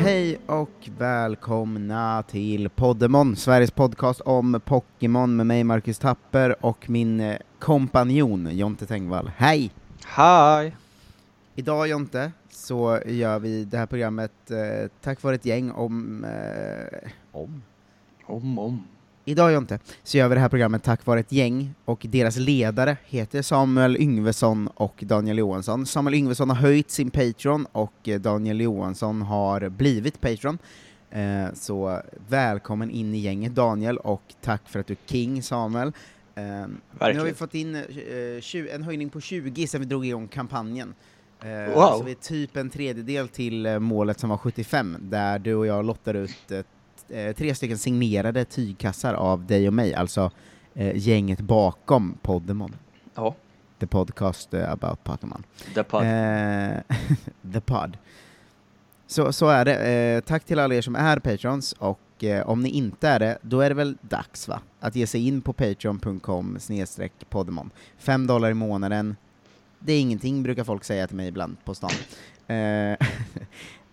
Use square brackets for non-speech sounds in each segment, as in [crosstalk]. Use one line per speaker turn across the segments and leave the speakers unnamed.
Hej och välkomna till Poddemon, Sveriges podcast om Pokémon med mig Marcus Tapper och min eh, kompanjon Jonte Tengvall. Hej!
Hi!
Idag Jonte, så gör vi det här programmet eh, tack vare ett gäng om... Eh, om?
Om, om.
Idag Jonte, så gör vi det här programmet tack vare ett gäng och deras ledare heter Samuel Yngvesson och Daniel Johansson. Samuel Yngvesson har höjt sin Patreon och eh, Daniel Johansson har blivit Patreon. Eh, så välkommen in i gänget Daniel och tack för att du är king Samuel. Eh, nu har vi
Verkligen.
fått in eh, tju- en höjning på 20 sedan vi drog igång kampanjen. Eh,
Wow.
Så vi är typ en tredjedel till eh, målet som var 75, där du och jag lottar ut eh, t- eh, tre stycken signerade tygkassar av dig och mig, alltså eh, gänget bakom Poddemon.
Ja,
The podcast eh, about Pokémon.
the pod.
Eh, [laughs] the pod. Så, så är det. Eh, tack till alla er som är Patrons, och eh, om ni inte är det, då är det väl dags va? Att ge sig in på patreon.com snedstreck poddemon. Fem dollar i månaden, det är ingenting brukar folk säga till mig ibland på stan. Eh, [laughs]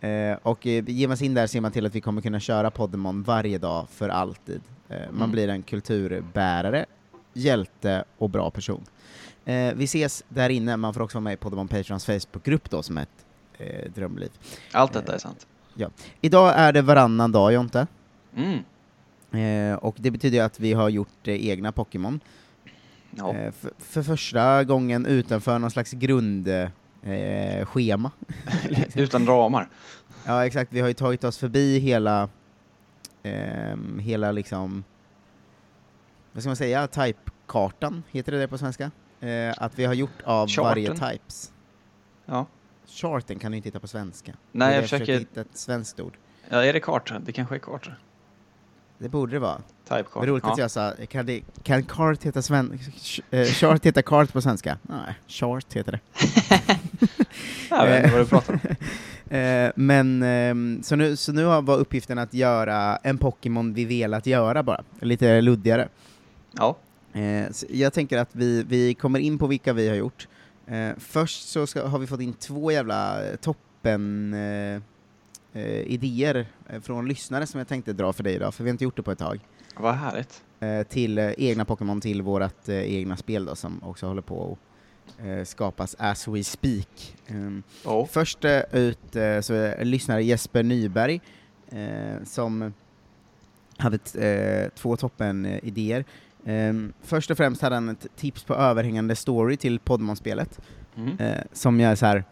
eh, och eh, ger man sig in där ser man till att vi kommer kunna köra Poddemon varje dag för alltid. Eh, man
Mm.
blir en kulturbärare, hjälte och bra person. Eh, vi ses där inne, man får också vara med i Poddemon Patrons Facebookgrupp då som är ett eh, drömliv.
Allt
eh,
detta är sant.
Idag är det varannan dag Jonte,
Mm.
eh, och det betyder ju att vi har gjort eh, egna Pokémon.
Ja.
Eh, för, för första gången utanför någon slags grundschema. Eh,
[laughs]
schema. eh,
Utan ramar.
Ja, exakt. Vi har ju tagit oss förbi hela, ehm, hela liksom, vad ska man säga, typekartan, heter det det på svenska? Eh, att vi har gjort av varje
Charten.
types.
Ja.
Charten kan du inte hitta på svenska. Det är
Nej,
det
jag försöker...
hitta ett svenskt ord.
Ja, är det kartor? Det kanske är kartor.
Det borde det vara. Vad
Typekartor.
roligt att
ja.
jag sa, kan, det, kan kart heta sven... sh- eh, Chart heta kart på svenska? Nej, chart heter det.
jag vet inte vad du pratar om.
[laughs] Eh, men, ehm, så nu, så nu har- var uppgiften att göra en Pokémon vi velat göra bara, lite luddigare.
Ja.
Eh, så jag tänker att vi, vi kommer in på vilka vi har gjort. Eh, först så ska, har vi fått in två jävla eh, toppen eh, eh, idéer eh, från lyssnare som jag tänkte dra för dig idag, för vi har inte gjort det på ett tag.
Vad härligt.
Eh, till eh, egna Pokémon, till vårt eh, egna spel då, som också håller på att eh, skapas as we speak. Ehm,
Oh.
Först eh, ut eh, så är lyssnare Jesper Nyberg eh, som hade t- eh, två toppen eh, idéer. Ehm, först och främst hade han ett tips på överhängande story till Podmon-spelet,
Mm.
eh, som jag är så här.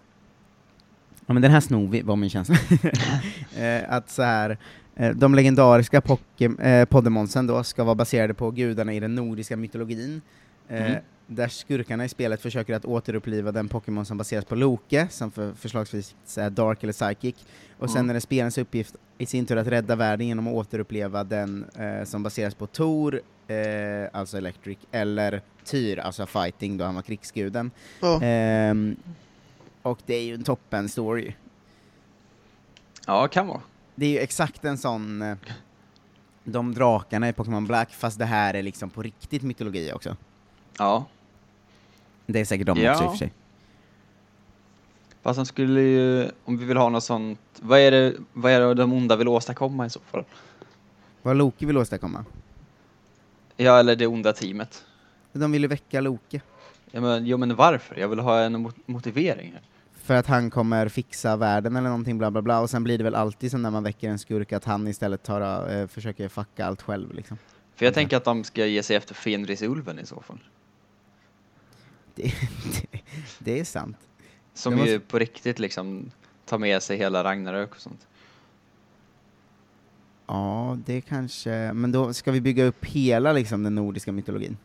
Ja men den här snor vi, var min känsla. [laughs] eh, att så här, eh, de legendariska Poké- eh, Poddemonsen då ska vara baserade på gudarna i den nordiska mytologin. Eh,
Mm.
Där skurkarna i spelet försöker att återuppliva den Pokémon som baseras på Loke, som för, förslagsvis är Dark eller Psychic. Och sen
Mm.
är det spelarens uppgift i sin tur att rädda världen genom att återuppleva den eh, som baseras på Tor, eh, alltså Electric, eller Tyr, alltså Fighting då han var krigsguden.
Ja.
Ehm, och det är ju en toppen story.
ja, kan vara.
Det är ju exakt en sån, eh, de drakarna i Pokémon Black, fast det här är liksom på riktigt mytologi också.
Ja.
Det är säkert de
Ja.
också i och för sig.
Fast han skulle ju... Om vi vill ha något sånt... Vad är det, vad är det de onda vill åstadkomma i så fall?
Vad Loke vill åstadkomma?
Ja, eller det onda teamet.
De vill ju väcka Loke.
Ja, men, jo, men varför? Jag vill ha en mot- motivering. här.
För att han kommer fixa världen eller någonting bla bla bla, och sen blir det väl alltid som när man väcker en skurk att han istället tar, eh, försöker fucka allt själv liksom. [laughs]
För jag
Okej.
tänker att de ska ge sig efter Fenrisulven i så fall.
Det, det, det är sant.
Som
Det måste-
ju på riktigt liksom tar med sig hela Ragnarök och sånt.
Ja, det kanske... Men då ska vi bygga upp hela liksom den nordiska mytologin?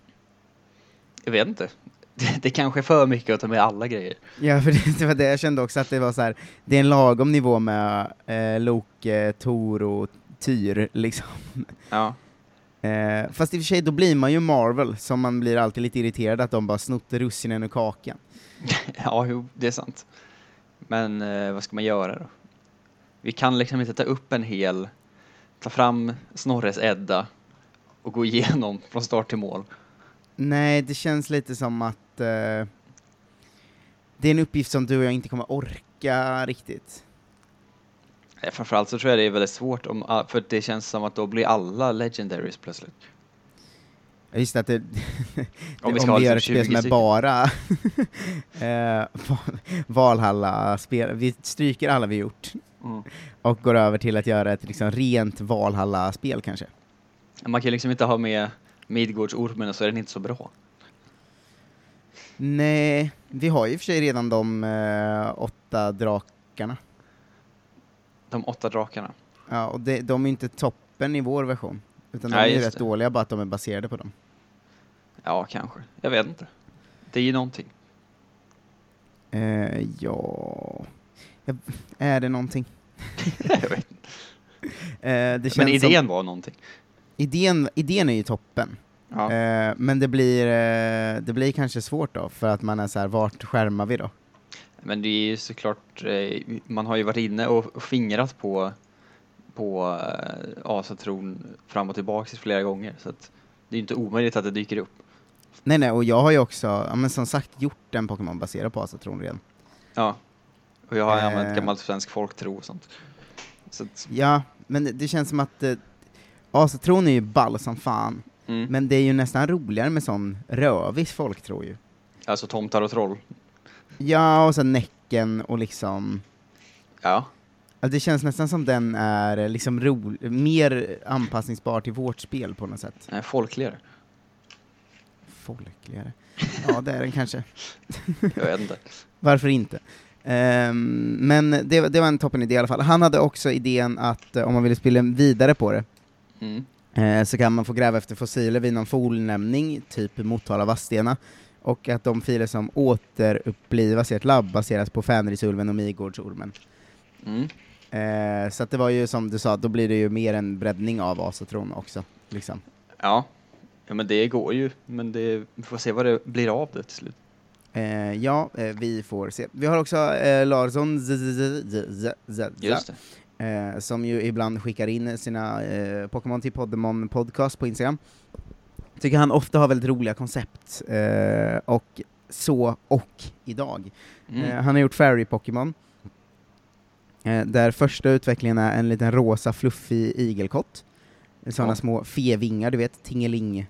Jag vet inte. [laughs] Det, det kanske är för mycket att ta med alla grejer.
Ja, för det, det var det jag kände också, att det var så här, det är en lagom nivå med eh, Loke, Tor och Tyr liksom.
Ja.
Eh, fast i och för sig, då blir man ju Marvel, som man blir alltid lite irriterad att de bara snott russinen ur kakan.
[laughs] Ja, jo, det är sant. Men eh, vad ska man göra då? Vi kan liksom inte ta upp en hel, ta fram Snorres Edda och gå [laughs] igenom från start till mål.
Nej, det känns lite som att eh, det är en uppgift som du och jag inte kommer orka riktigt.
Eh, Framförallt så tror jag det är väldigt svårt om, all- för det känns som att då blir alla legendaries plötsligt.
Jag visste att det... [laughs]
Om
Om
vi
vi,
ska ha
gör ett spel
liksom 20
som är
stycken.
bara [laughs] eh, Val- Valhalla-spel, vi stryker alla vi gjort och går över till att göra ett liksom rent Valhalla-spel kanske.
Man kan ju liksom inte ha med Midgårdsormen och så är den inte så bra.
Nej, vi har ju i och för sig redan de eh, åtta drakarna.
De åtta drakarna.
Ja, och det, de är inte toppen i vår version, utan de
Nej,
är ju
just
rätt
det.
dåliga, bara att de är baserade på dem.
Ja, kanske. Jag vet inte. Det är ju någonting. [laughs]
Eh, ja... Jag, är det någonting? [laughs]
Jag vet inte.
Eh, det känns
Men
Som,
idén var någonting.
idén, idén är ju toppen.
Ja.
Eh, men det blir, eh, det blir kanske svårt då, för att man är så här, vart skärmar vi då?
Men det är ju såklart, eh, man har ju varit inne och och fingrat på, på eh, asatron fram och tillbaka flera gånger. Så att det är ju inte omöjligt att det dyker upp.
Nej, nej, och jag har ju också, ja, men som sagt, gjort en Pokémon baserad på Asatron redan.
Ja. Och jag har
Eh.
använt gammal svensk folktro och sånt. Så att,
Ja, men det, det känns som att eh, Asatron är ju ball som fan,
mm.
men det är ju nästan roligare med sån rövis folk tror ju.
Alltså tomtar och troll.
Ja, och sen Näcken och liksom,
Ja.
ja, det känns nästan som den är eh, liksom ro, mer anpassningsbar till vårt spel på något sätt.
eh, Folkligare.
Folkligare. Ja, det är den kanske. [laughs]
Jag vet inte.
Varför inte? Ehm, men det, det var en toppen idé i alla fall. Han hade också idén att eh, om man ville spela vidare på det
Mm.
eh, så kan man få gräva efter fossiler vid någon fornlämning, typ Motala Vadstena, och att de filer som återupplivas i ett labb baseras på Fänrisulven och Midgårdsormen.
Mm.
Eh, så att det var ju som du sa, då blir det ju mer en breddning av Asatron också. Liksom.
Ja. ja, men det går ju. Men det, vi får se vad det blir av det till slut.
Eh, ja, eh, vi får se. Vi har också eh, Larsson z- z- z- z- z- z-
Just det.
eh, som ju ibland skickar in sina eh, Pokémon till Podemon Podcast på Instagram. Tycker han ofta har väldigt roliga koncept, eh, och så och idag. Eh,
Mm.
han har gjort Fairy Pokémon, eh, där första utvecklingen är en liten rosa fluffig igelkott, sådana
Ja.
små fevingar, du vet, tingeling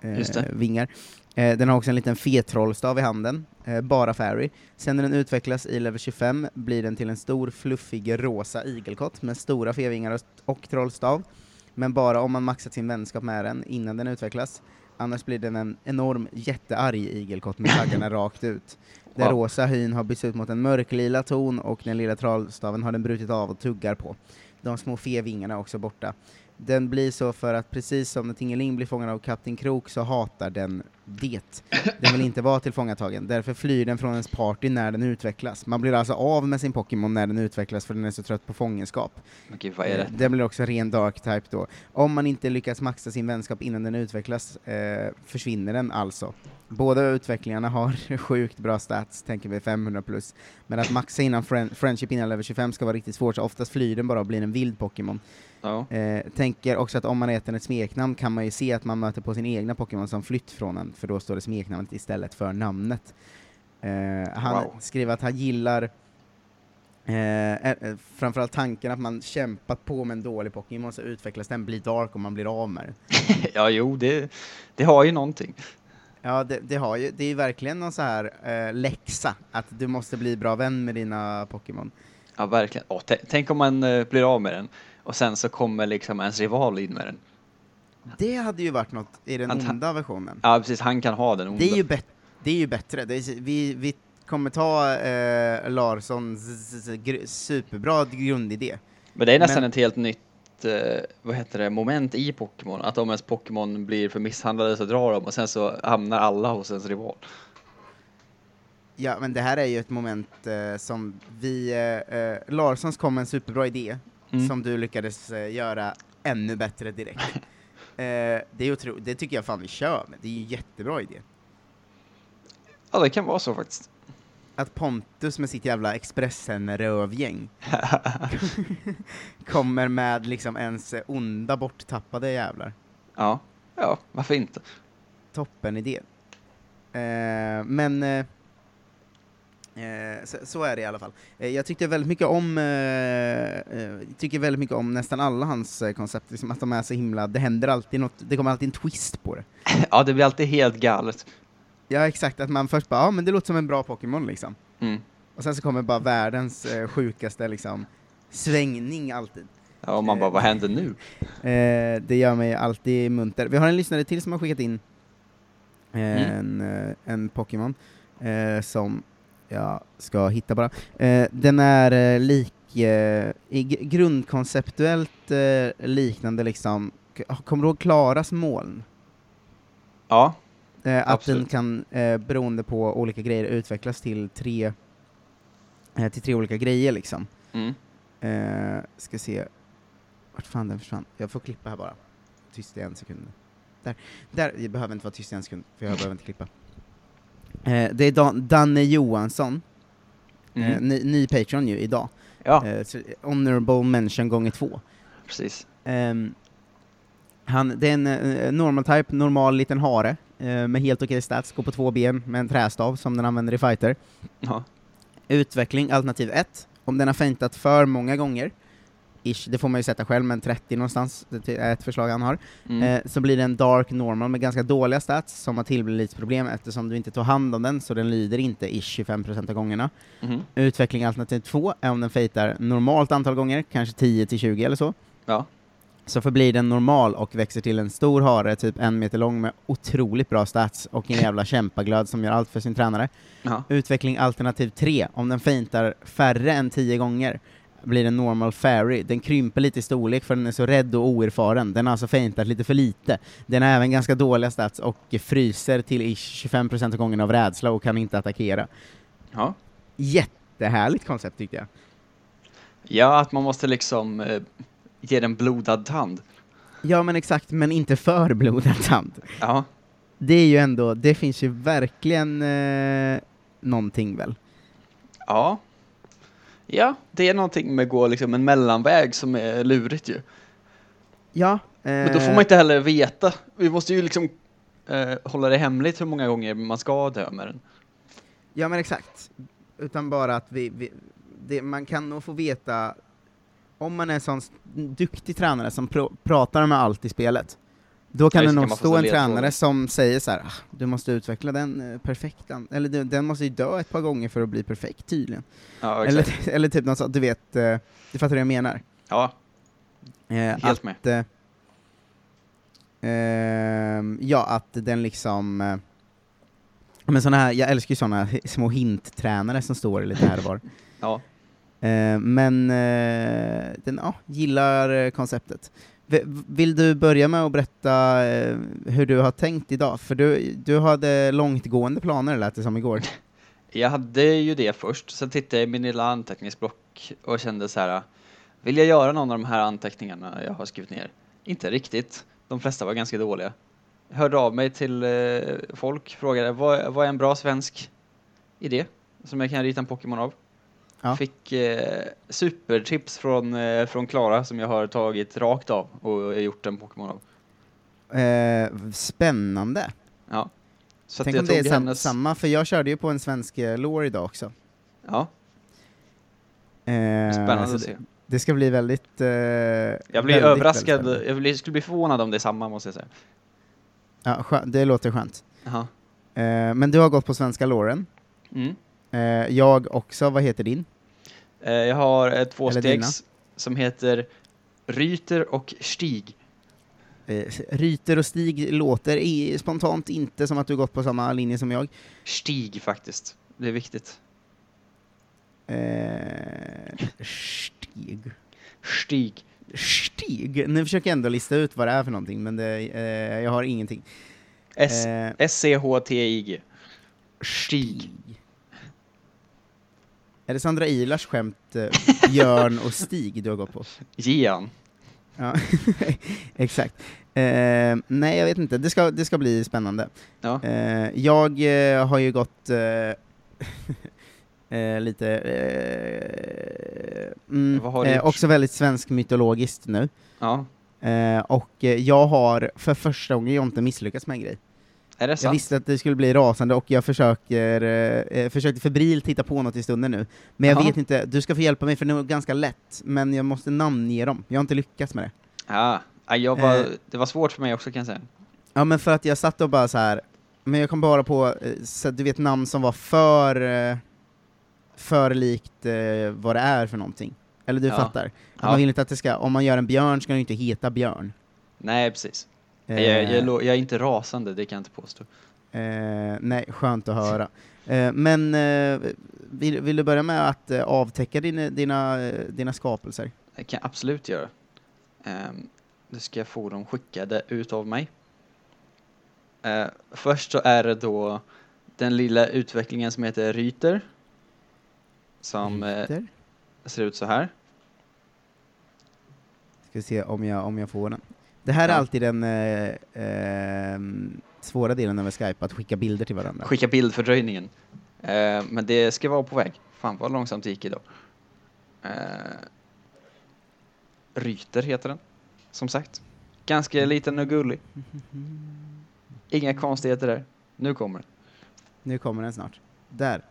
eh,
Just det.
vingar. Eh, den har också en liten fetrollstav i handen, eh, bara Fairy. Sen när den utvecklas i level 25 blir den till en stor fluffig rosa igelkott med stora fevingar och, och trollstav. Men bara om man maxat sin vänskap med den innan den utvecklas. Annars blir den en enorm jättearg igelkott med taggarna rakt ut. Den
Wow.
rosa hyn har bytts ut mot en mörklila ton och den lilla trollstaven har den brutit av och tuggar på. De små fevingarna är också borta. Den blir så för att precis som när Tingeling blir fångad av Kapten Krok så hatar den det. Den vill inte vara tillfångatagen, därför flyr den från ens party när den utvecklas. Man blir alltså av med sin Pokémon när den utvecklas för den är så trött på fångenskap.
Men gud, vad är det?
Eh, Den blir också ren dark type då. Om man inte lyckas maxa sin vänskap innan den utvecklas eh, försvinner den alltså. Båda utvecklingarna har [laughs] sjukt bra stats, tänker vi 500 plus. Men att maxa innan fren- friendship innan level 25 ska vara riktigt svårt, så oftast flyr den bara och blir en vild Pokémon.
Ja.
Eh, tänker också att om man äter ett smeknamn kan man ju se att man möter på sin egna Pokémon som flytt från en, för då står det smeknamnet istället för namnet. Eh, han
Wow.
skriver att han gillar eh, eh, framförallt tanken att man kämpat på med en dålig Pokémon så utvecklas den, blir dark och man blir av med den.
ja, [laughs] jo, det, det har ju någonting.
Ja, det, det, har ju, det är ju verkligen någon så här eh, läxa, att du måste bli bra vän med dina Pokémon.
Ja, verkligen. Åh, tä- tänk om man eh, blir av med den och sen så kommer liksom ens rival in med den.
Det hade ju varit något i den
Han ta-
onda versionen.
Ja, precis. Han kan ha den onda.
Det är ju, bet- det är ju bättre. Det är, s- vi, vi kommer ta eh, Larssons s- s- gr- superbra grundidé.
Men det är nästan
men-
ett helt nytt eh, vad heter det, moment i Pokémon. Att om ens Pokémon blir för misshandlade så drar de och sen så hamnar alla hos ens rival.
Ja, men det här är ju ett moment eh, som vi... Eh, eh, Larssons kom med en superbra idé
Mm.
som du lyckades eh, göra ännu bättre direkt. eh, det, är otro- det tycker jag fan vi kör med. Det är ju en jättebra idé.
Ja, det kan vara så faktiskt. [laughs]
Att Pontus med sitt jävla Expressen-rövgäng kommer med liksom ens eh, onda borttappade jävlar.
Ja, ja varför inte?
Toppen idé. Eh, men eh, Eh, så, så är det i alla fall. Eh, jag tyckte väldigt mycket om, eh, eh, tycker väldigt mycket om nästan alla hans eh, koncept, liksom att de är så himla, det händer alltid något, det kommer alltid en twist på det.
Ja, det blir alltid helt galet.
Ja exakt, att man först bara, ja men det låter som en bra Pokémon liksom.
Mm.
Och sen så kommer bara världens eh, sjukaste liksom, svängning alltid.
Ja, och man bara, vad händer nu?
Eh, det gör mig alltid munter. Vi har en lyssnare till som har skickat in eh,
Mm.
en, eh, en Pokémon eh, som jag ska hitta bara. Eh, den är eh, lik, eh, i gr- grundkonceptuellt eh, liknande liksom, K- kommer du ihåg Klaras moln?
Ja,
Eh, att den
Absolut.
kan, eh, beroende på olika grejer, utvecklas till tre, eh, till tre olika grejer liksom.
mm.
Eh, ska se. Vart fan den försvann? Jag får klippa här bara. Tyst i en sekund. Där. Där. Jag behöver inte vara tyst i en sekund, för jag behöver inte klippa. Eh, det är Dan- Danne Johansson,
mm.
eh, ny, ny Patreon ju idag.
ja
Eh, så, honorable mention gånger två.
precis.
Ehm, han, det är en eh, normal type, normal liten hare, eh, med helt okej stats, går på två ben med en trästav som den använder i fighter.
Ja.
Utveckling, alternativ 1. Om den har feintat för många gånger, ish, det får man ju sätta själv, men 30 någonstans, det är ett förslag han har,
Mm.
eh, så blir det en dark normal med ganska dåliga stats som har tillblivitsproblem eftersom du inte tar hand om den, så den lyder inte ish 25% av gångerna.
Mhm.
Utveckling alternativ 2 är om den fejtar normalt antal gånger, kanske 10-20 eller så,
Ja.
så förblir den normal och växer till en stor hare, typ en meter lång, med otroligt bra stats och en jävla kämpaglöd som gör allt för sin tränare.
ja.
Utveckling alternativ 3, om den feintar färre än 10 gånger blir den normal fairy. Den krymper lite i storlek för den är så rädd och oerfaren. Den har alltså feintat lite för lite. Den har även ganska dåliga stats och fryser till ish 25% av gångerna av rädsla och kan inte attackera.
ja.
Jättehärligt koncept tyckte jag.
Ja, att man måste liksom eh, ge den blodad tand.
Ja men exakt, men inte för blodad [laughs] tand.
Ja,
Det är ju ändå, det finns ju verkligen eh, någonting väl?
ja. Ja, det är någonting med att gå liksom en mellanväg som är lurigt ju.
Ja. Eh,
Men då får man inte heller veta. Vi måste ju liksom eh, hålla det hemligt hur många gånger man ska dö med den.
Ja men exakt. Utan bara att vi, vi det, man kan nog få veta, om man är en sån s- duktig tränare som pr- pratar med allt i spelet, då kan
Ja,
det
just det,
nog
man får
stå
så
en
ledtrådar.
tränare som säger så här: "Ah, du måste utveckla den eh, perfekt, an- eller du, den måste ju dö ett par gånger för att bli perfekt tydligen.
Ja, exakt.
Eller, [laughs] eller typ något sånt, du vet, eh, du fattar hur jag menar.
Ja,
Eh,
helt med.
att, eh, ehm, ja, att den liksom... Eh, men såna här, jag älskar ju såna [laughs] hi- små hinttränare som står lite här och var.
Ja.
Eh, men eh, den ja, gillar eh, konceptet. V- vill du börja med att berätta eh, hur du har tänkt idag? För du, du hade långtgående planer lät det som
[laughs]
igår.
Jag hade ju det först, sen tittade jag i min lilla anteckningsblock och kände så här. Vill jag göra någon av de här anteckningarna jag har skrivit ner? Inte riktigt. De flesta var ganska dåliga. Jag hörde av mig till eh, folk, frågade vad, vad är en bra svensk idé som jag kan rita en Pokémon av?
Ja.
Fick eh, supertips från, eh, från Klara som jag har tagit rakt av och gjort en Pokémon av.
Eh, spännande!
Ja. Så
Tänk
jag
om det är
tog
sam-
hennes-
samma, för jag körde ju på en svensk eh, lore idag också.
Ja,
Eh,
spännande
så
att
det-
se.
Det ska bli väldigt... eh,
Jag blir
väldigt,
överraskad,
väldigt spännande.
jag blir, skulle bli förvånad om det är samma måste jag säga.
ja, skö- det låter skönt.
Jaha.
Eh, men du har gått på svenska Lauren.
Mm.
Eh, jag också, vad heter din?
Eh, Jag har eh, två
Eller
stegs som heter Ryter och Stig.
Eh, Ryter och Stig låter i, spontant inte som att du gått på samma linje som jag.
Stig faktiskt. Det är viktigt.
Eh, Stig.
Stig.
Stig? Nu försöker jag ändå lista ut vad det är för någonting, men det, eh, jag har ingenting.
S-
Eh,
S-C-H-T-I-G. Stig.
Är det Sandra Ilars skämt
[laughs]
eh, Björn och Stig du har gått på?
Gian.
Ja, [laughs] exakt. Eh, nej, jag vet inte. Det ska, det ska bli spännande.
Ja.
Eh, jag eh, har ju gått eh, [laughs] eh, lite... Eh, mm,
Vad har du
eh,
gjort?
också väldigt svensk mytologiskt nu.
Ja.
Eh, och eh, jag har för första gången jag har inte misslyckats med en grej.
Är det
Jag
sant?
visste att det skulle bli rasande och jag försöker, eh, eh, försökte febrilt hitta på något i stunden nu. Men jag
Ja.
vet inte, du ska få hjälpa mig för det är nog ganska lätt, men jag måste namnge dem. Jag har inte lyckats med det.
Ja. Ja, jag var,
Eh.
Det var svårt för mig också kan jag säga.
Ja men för att jag satt och bara så här. men jag kom bara på, eh, så att du vet namn som var för, eh, för likt eh, vad det är för någonting. Eller du
Ja.
fattar? Att
Ja.
man vill inte att det ska, om man gör en björn ska den ju inte heta björn.
Nej, precis. Jag, jag, lo- jag är inte rasande, det kan jag inte påstå.
Eh, nej, skönt att höra. Eh, men eh, vill, vill du börja med att eh, avtäcka dina, dina, eh, dina skapelser?
Det kan jag absolut göra. Ehm, nu ska jag få dem skickade ut av mig. Eh, först så är det då den lilla utvecklingen som heter Ryter. Som eh,
Ryter.
ser ut så här.
Ska se om jag, om jag får den. Det här
Ja.
är alltid den eh, ehm, svåra delen över Skype, att skicka bilder till varandra.
Skicka bildfördröjningen. Eh, men det ska vara på väg. Fan vad långsamt det gick idag. Eh, Ryter heter den. Som sagt. Ganska liten och gullig. Inga konstigheter där. Nu kommer den.
Nu kommer den snart. Där.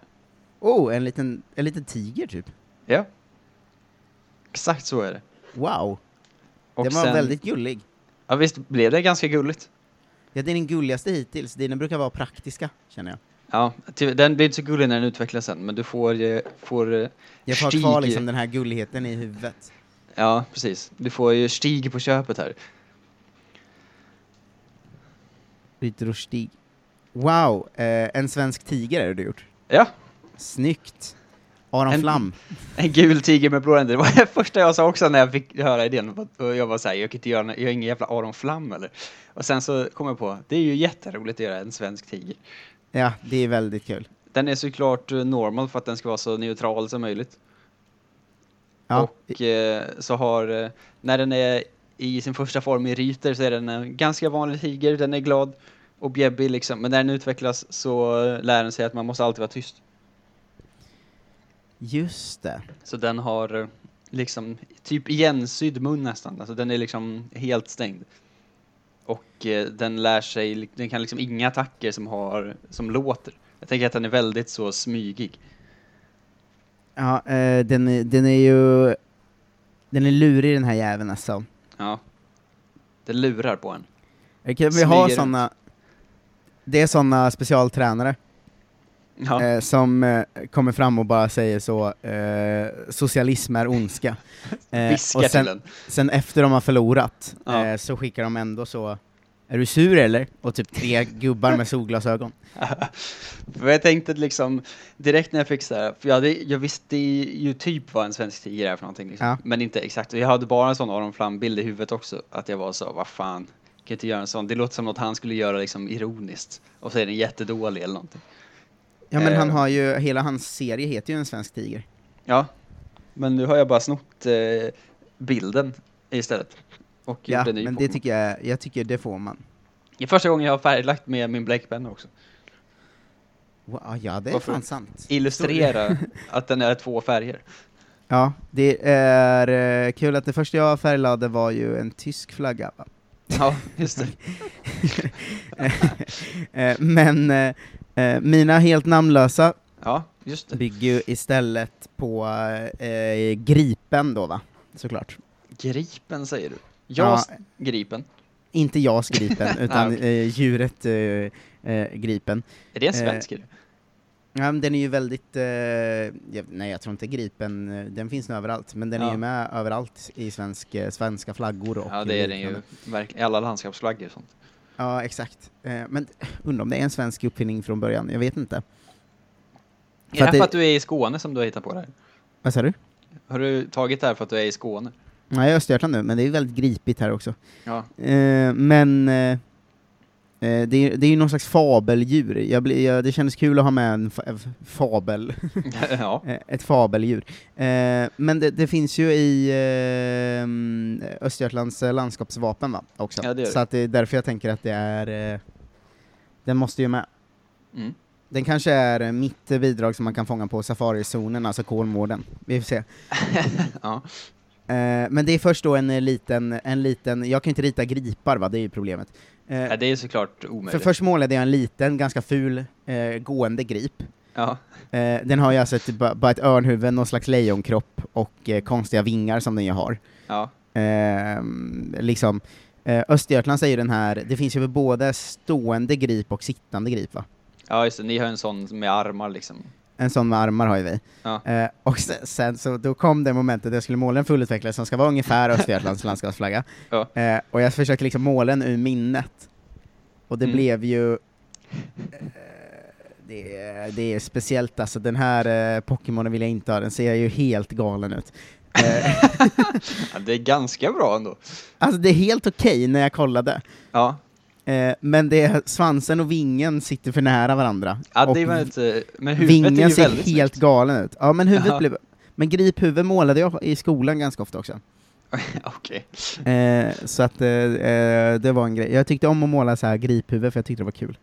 Oh, en liten, en liten tiger typ.
Ja. Exakt så är det.
Wow!
Och
den var
sen-
väldigt gullig.
Ja visst blev det ganska gulligt.
Ja, det är den gulligaste hittills. Dina brukar vara praktiska, känner jag.
Ja, ty- den blir inte så gullig när den utvecklas sen, men du får... eh, får eh,
Jag får ha
Stig-
kvar liksom den här gulligheten i huvudet.
Ja, precis. Du får ju Stig på köpet här.
Ryter och Stig. Wow, eh, en svensk tiger är det du gjort.
Ja,
Snyggt! Aron
En-
Flam.
en gul tiger med blå ränder. Det var det första jag sa också när jag fick höra idén. Och jag var såhär, jag kan inte göra, jag är ingen jävla Aron Flam eller. Och sen så kom jag på, det är ju jätteroligt att göra en svensk tiger.
Ja, det är väldigt kul.
Den är såklart eh, normal för att den ska vara så neutral som möjligt.
Ja,
Och eh, så har, eh, när den är i sin första form i ryter så är den en ganska vanlig tiger, den är glad och bjäbbig liksom. Men när den utvecklas så eh, lär den sig att man måste alltid vara tyst.
just det.
Så den har eh, liksom typ igensydd mun nästan, alltså den är liksom helt stängd. Och eh, den lär sig, den kan liksom inga attacker som har, som låter. Jag tänker att den är väldigt så smygig.
Ja, eh, den, är- den är ju... Den är lurig den här jäveln alltså.
Ja. Den lurar på en.
Eh, Kan vi ha
Smyger
såna... Det är såna specialtränare
Ja.
eh, som eh, kommer fram och bara säger så, eh, socialism är ondska. Eh,
[laughs] Viskar
och sen,
till den.
sen efter de har förlorat
Ja.
eh, så skickar de ändå så, är du sur eller? Och typ tre gubbar med solglasögon.
[laughs] För jag tänkte att liksom, direkt när jag fick så här, för jag, hade, jag visste ju typ vad en svensk tiger är för någonting, liksom.
Ja.
men inte exakt. Och jag hade bara en sån Aron Flam-bild i huvudet också, att jag var så, vad fan, kan jag inte göra en sån? Det låter som något han skulle göra liksom ironiskt, och så är den jättedålig eller någonting.
Ja men
Eh.
han har ju, hela hans serie heter ju En svensk tiger.
Ja, men nu har jag bara snott eh, bilden istället. Och
Ja,
gjort en ny
men det
Pokémon.
tycker jag, jag tycker det får man.
Det är första gången jag har färglagt med min bläckpenna också.
Wow, ah, ja, det är
Varför?
fan sant.
Illustrera att den är två färger.
Ja, det är eh, kul att det första jag färglade var ju en tysk flagga, va?
Ja, just
[laughs]
det.
Eh, men eh, eh, mina helt namnlösa
Ja, just det.
bygger ju istället på eh, Gripen då, va? Såklart.
Gripen säger du? Jag
Ja.
Gripen?
Inte JAS
[laughs]
Gripen, utan
Nej,
eh, djuret eh, eh, Gripen.
Är det en
Eh,
svensk grej?
Ja, men den är ju väldigt, eh, jag, nej jag tror inte Gripen, eh, den finns nog överallt, men den är
Ja.
ju med överallt i svensk, eh, svenska flaggor och
Ja, det är den ju.
liknande.
Verkligen. Alla landskapsflaggor och sånt.
Ja, exakt. Eh, men undrar om det är en svensk uppfinning från början, jag vet inte.
Är
För
det
att
här för
det-
att du är i Skåne som du har hittat på det här?
Vad sa du?
Har du tagit det här för att du är i Skåne?
Nej, jag är i Östergötland nu, men det är ju väldigt gripigt här också.
Ja. [laughs]
Eh, men eh, eh, det, är, det är ju någon slags fabeldjur. Jag blir- jag, det kändes kul att ha med en fa f- fabel, [laughs]
ja.
eh, ett fabeldjur. Eh, men det, det finns ju i eh, mm, Östergötlands eh, landskapsvapen va, också.
Ja, det gör det.
Så att det är därför jag tänker att det är, eh, den måste ju med.
Mm. [laughs]
Den kanske är eh, mitt eh, bidrag som man kan fånga på safarizonen, alltså Kolmården. Vi får se.
ja.
Eh, men det är först då en eh, liten, en liten, jag kan ju inte rita gripar va, det är ju problemet. Eh,
Nej, det är såklart
för
omöjligt.
först målade jag en liten, ganska ful, eh, gående grip.
Ja,
Eh, den har ju alltså ett, ba- bara ett örnhuvud, någon slags lejonkropp och eh, konstiga vingar som den ju har.
ja,
Ehm, liksom, eh, Östergötland säger den här, det finns ju väl både stående grip och sittande grip va?
ja, just det. Ni har en sån med armar liksom.
En sån med armar har ju vi.
Ja.
Eh, och sen, sen så, då kom det momentet där jag skulle måla en fullutvecklare som ska vara ungefär Östergötlands landskapsflagga. [laughs]
Ja.
Eh, och jag försöker liksom måla den ur minnet. Och det
Mm.
blev ju... Eh, det, är- det är speciellt alltså, den här eh, Pokémonen vill jag inte ha, den ser ju helt galen ut. Eh, [laughs]
Ja, det är ganska bra ändå.
alltså det är helt okej när jag kollade.
Ja,
Eh, men det är, svansen och vingen sitter för nära varandra.
ja
och
det är väldigt... eh, Men huvudet är
vingen
ju
ser
väldigt
helt
[laughs] snyggt.
galen ut. Ja, men huvudet
Jaha.
blev... Men griphuvud målade jag i skolan ganska ofta också.
Okej.
Eh, så att eh, eh, det var en grej. Jag tyckte om att måla så här griphuvud för jag tyckte det var kul.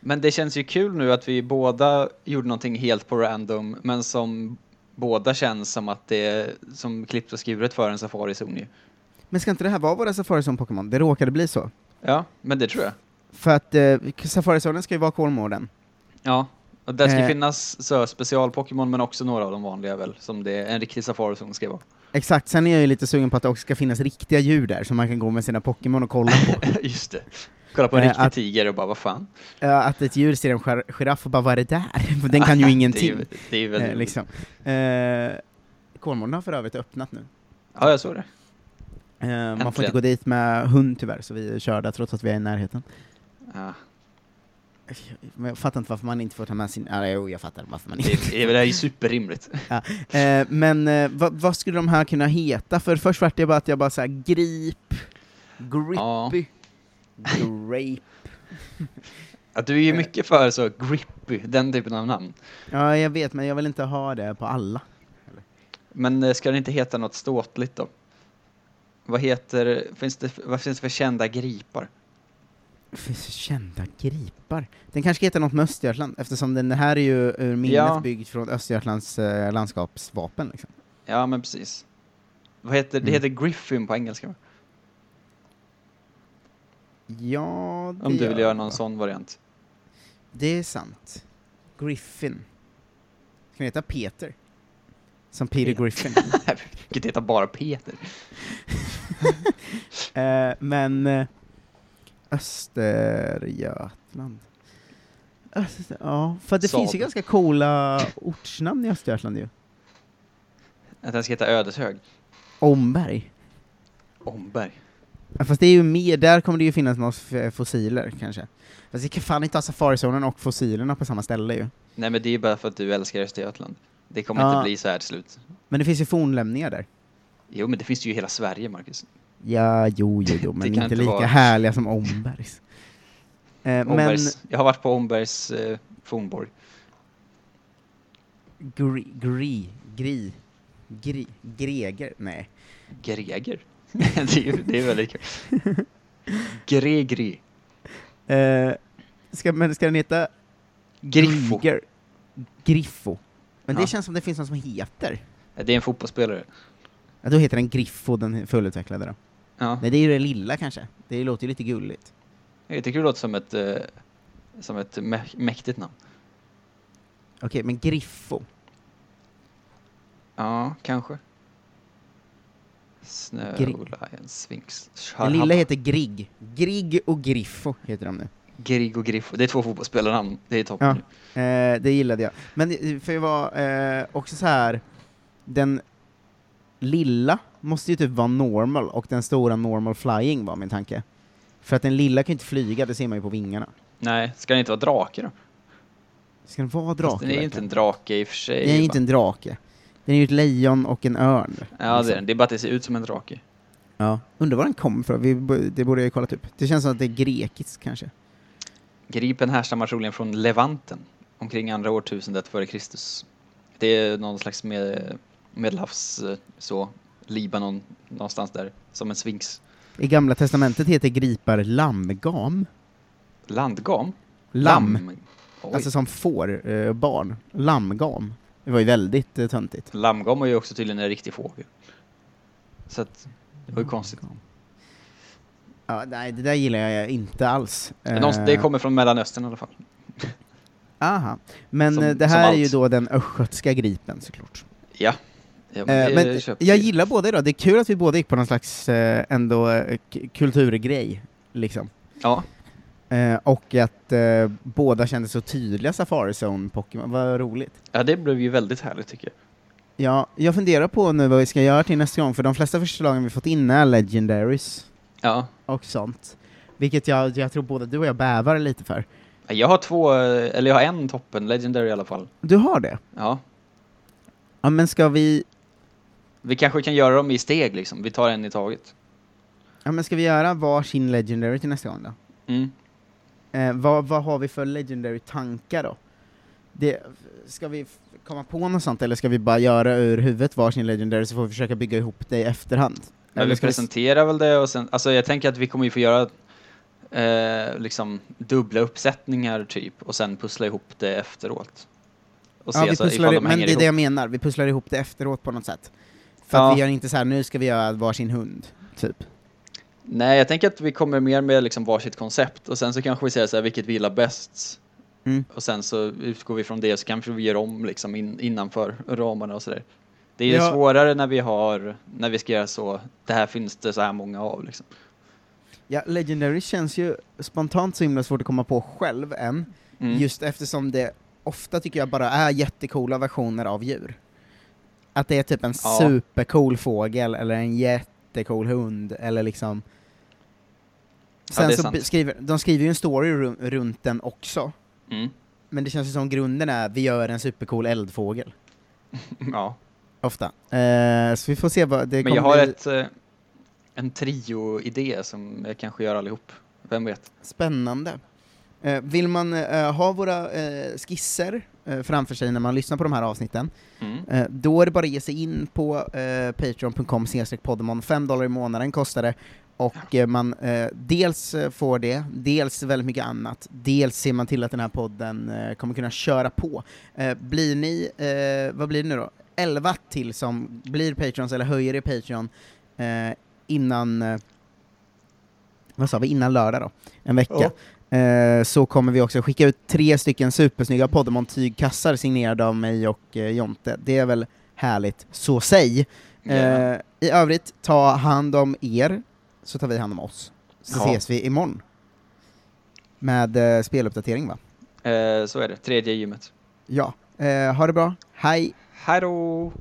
Men det känns ju kul nu att vi båda gjorde någonting helt på random, men som båda känns som att det är som klippt och skuret för en safarizon ju.
Men ska inte det här vara våra Safari som Pokémon? Det råkade bli så.
Ja, men det tror jag.
För att eh, Safarizonen ska ju vara Kolmården.
Ja, och där ska
Eh.
finnas så special-Pokémon, men också några av de vanliga väl, som det en riktig safarizon
[laughs]
ska vara.
Exakt, sen är jag ju lite sugen på att det också ska finnas riktiga djur där som man kan gå med sina Pokémon och kolla
[laughs]
på.
Just det. Kolla på en
Eh,
riktig
att-
tiger och bara, vad fan?
Ja, Eh, att ett djur ser en gir- giraff och bara vad är det där? [laughs] Den kan ju ingenting.
[laughs] Det är, ju- det är ju väldigt
Eh, liksom. eh, Kolmården har för övrigt öppnat nu.
Ja, jag såg det.
Eh, man får
Äntligen.
inte gå dit med hund tyvärr, så vi är körda trots att vi är i närheten.
Ja.
Men jag fattar inte varför man inte får ta med sin... Ah, jo, jag fattar varför man
Det,
inte...
är- det är väl superrimligt.
ja. eh, men eh, vad, vad skulle de här kunna heta? För först vart det bara att jag bara såhär, grip, grippy,
Ja.
grape.
Ja, du är ju mycket för så grippy, den typen av namn.
Ja, jag vet, men jag vill inte ha det på alla.
Men eh, ska den inte heta något ståtligt då? Vad heter, finns det, vad finns det för kända gripar?
Det finns ju Kända gripar. Den kanske heter något med Östergötland, eftersom den här är ju ur minnet
Ja.
byggd från Östergötlands eh, landskapsvapen. Liksom.
Ja, men precis. Vad heter,
Mm.
Det heter Griffin på engelska, va?
Ja, det
om du vill
gör
göra
den,
någon
va?
sån variant.
Det är sant. Griffin. Ska den heta Peter? Som Peter
Peter.
Griffin.
[laughs] Du kan inte heta bara Peter.
Eh, men eh, Östergötland. Öster, ja, för det
Saab.
finns ju ganska coola ortsnamn i Östergötland ju.
Att den ska heta Ödeshög.
Omberg.
Omberg.
Ja, Fast det är ju mer, där kommer det ju finnas några f- fossiler kanske. Fast vi kan fan inte ha safarizonen och fossilerna på samma ställe ju.
Nej, men det är ju bara för att du älskar Östergötland. Det kommer
Ja.
inte bli så här till slut.
Men det finns ju fornlämningar där.
Jo, men det finns ju i hela Sverige, Marcus.
Ja, jo, jo, [laughs] jo,
Det
men
kan
inte,
inte
lika
vara-
härliga som Ombergs. Eh, men
Ombergs, Jag har varit på Ombergs eh, fornborg.
gri, gri, gri, gri, greger, nej.
Greger. [laughs] det, är, ju- det är väldigt kul.
[laughs]
Gregri.
Eh, ska, men ska den heta
Griffo.
Griger? Griffo. Men det
Ja.
känns som det finns någon som heter.
Ja, Det är en fotbollsspelare.
Ja, då heter den Griffo, den fullutvecklade då.
Ja.
Nej, det är ju det lilla kanske. Det låter ju lite gulligt.
Jag tycker det låter som ett, eh, som ett mä- mäktigt namn.
Okej, men Griffo.
Ja, kanske. Snöola, en sphinx.
Den lilla
Sharhabba.
heter Grigg. Grigg och Griffo heter de nu.
Grieg och Griffo. Det är två fotbollsspelarnamn. Det är
Ja,
toppen. ju.
eh, det gillade jag. Men eh, för jag var eh, också så här den lilla måste ju typ vara normal, och den stora normal flying var min tanke. För att den lilla kan ju inte flyga, det ser man ju på vingarna.
Nej, ska den inte vara drake då?
Ska den vara drake?
Fast den är ju inte
verkligen?
en drake i och för sig.
den är ju
va?
inte en drake. Den är ju ett lejon och en örn.
Ja, det är
liksom.
den. Det är bara att det ser ut som en drake.
Ja. Undrar var den kommer ifrån, Vi bo- det borde jag ju kollat upp. Det känns som att det är grekiskt kanske.
Gripen härstammar troligen från Levanten, omkring andra årtusendet före Kristus. Det är någon slags med, medelhavs, eh, så, Libanon, någonstans där, som en sphinx.
I Gamla Testamentet heter gripar lammgam.
Landgam?
Lamm.
Oj.
Alltså som får, eh, barn. Lammgam. Det var ju väldigt eh, töntigt.
Lammgam är ju också tydligen en riktig fågel. Så att, det var ju konstigt.
Eh. Ja, nej, det där gillar jag inte alls. Eh,
Någonstans- Det kommer från Mellanöstern i alla fall.
Aha. Men
Som-
eh, det
som
här är
allt.
ju då den östgötska gripen såklart.
Ja. ja
Eh,
det
men
köper
jag
vi.
gillar båda idag. Det är kul att vi båda gick på någon slags eh, ändå eh, k- kulturgrej, liksom.
Ja,
Eh, och att eh, båda kände så tydliga Safari Zone-Pokémon. Vad roligt.
ja, det blev ju väldigt härligt tycker jag.
Ja, jag funderar på nu vad vi ska göra till nästa gång, för de flesta förslagen vi fått in är legendaries
Ja.
och sånt. Vilket jag, jag tror både du och jag bävar lite för.
Jag har två, eh, eller jag har en toppen, Legendary i alla fall.
Du har det?
Ja.
Ja, men ska vi,
Vi kanske kan göra dem i steg liksom, vi tar en i taget.
ja, men ska vi göra varsin legendary till nästa gång då?
Mm.
Eh, vad, vad har vi för legendary-tankar då? Det, ska vi f- komma på något sånt, eller ska vi bara göra ur huvudet varsin legendary så får vi försöka bygga ihop det i efterhand?
Men
Eller
vi
ska vi s-
presenterar väl det och sen, alltså jag tänker att vi kommer ju få göra eh, liksom dubbla uppsättningar typ och sen pussla ihop det efteråt. Och
ja, vi
alltså
pusslar,
ifall
i-
de
men det
hänger
är det
ihop.
jag menar, vi pusslar ihop det efteråt på något sätt. För
Ja.
att vi gör inte så här, nu ska vi göra varsin hund, typ.
Nej, jag tänker att vi kommer mer med liksom varsitt koncept och sen så kanske vi säger så här vilket vi gillar bäst.
Mm.
Och sen så utgår vi från det så kanske vi gör om liksom in, innanför ramarna och sådär. Det är ju
Ja.
svårare när vi har, när vi ska göra så, det här finns det så här många av liksom.
Ja, Legendary känns ju spontant så himla svårt att komma på själv än,
Mm.
just eftersom det ofta tycker jag bara är jättekola versioner av djur. Att det är typ en
Ja.
supercool fågel eller en jättecool hund eller liksom...
det
Sen
är
så
sant.
be- skriver, de skriver ju en story ru- runt den också,
Mm.
men det känns ju som grunden är vi gör en supercool eldfågel.
Ja.
Ofta. Eh, så vi får se vad det
Men jag
kommer
har
bli
ett, eh, en trio-idé som jag kanske gör allihop. Vem vet?
spännande. Eh, vill man eh, ha våra eh, skisser eh, framför sig när man lyssnar på de här avsnitten,
Mm.
eh, då är det bara att ge sig in på eh, patreon.com poddemon. 5 dollar i månaden kostar det. Och eh, man eh, dels eh, får det, dels väldigt mycket annat, dels ser man till att den här podden eh, kommer kunna köra på. Eh, blir ni, eh, vad blir det nu då, 11 till som blir patrons eller höjer i Patreon eh, innan, eh, vad sa vi, innan lördag då, en vecka. Eh, så kommer vi också skicka ut tre stycken supersnygga Podemon-tygkassar signerade av mig och eh, Jonte. Det är väl härligt, så säg.
Jajamän.
Eh, I övrigt, ta hand om er, så tar vi hand om oss. Så
Ja.
ses vi imorgon. Med eh, speluppdatering va?
Eh, så är det, tredje gymmet.
Ja. Eh, ha det bra, hej!
Hej då!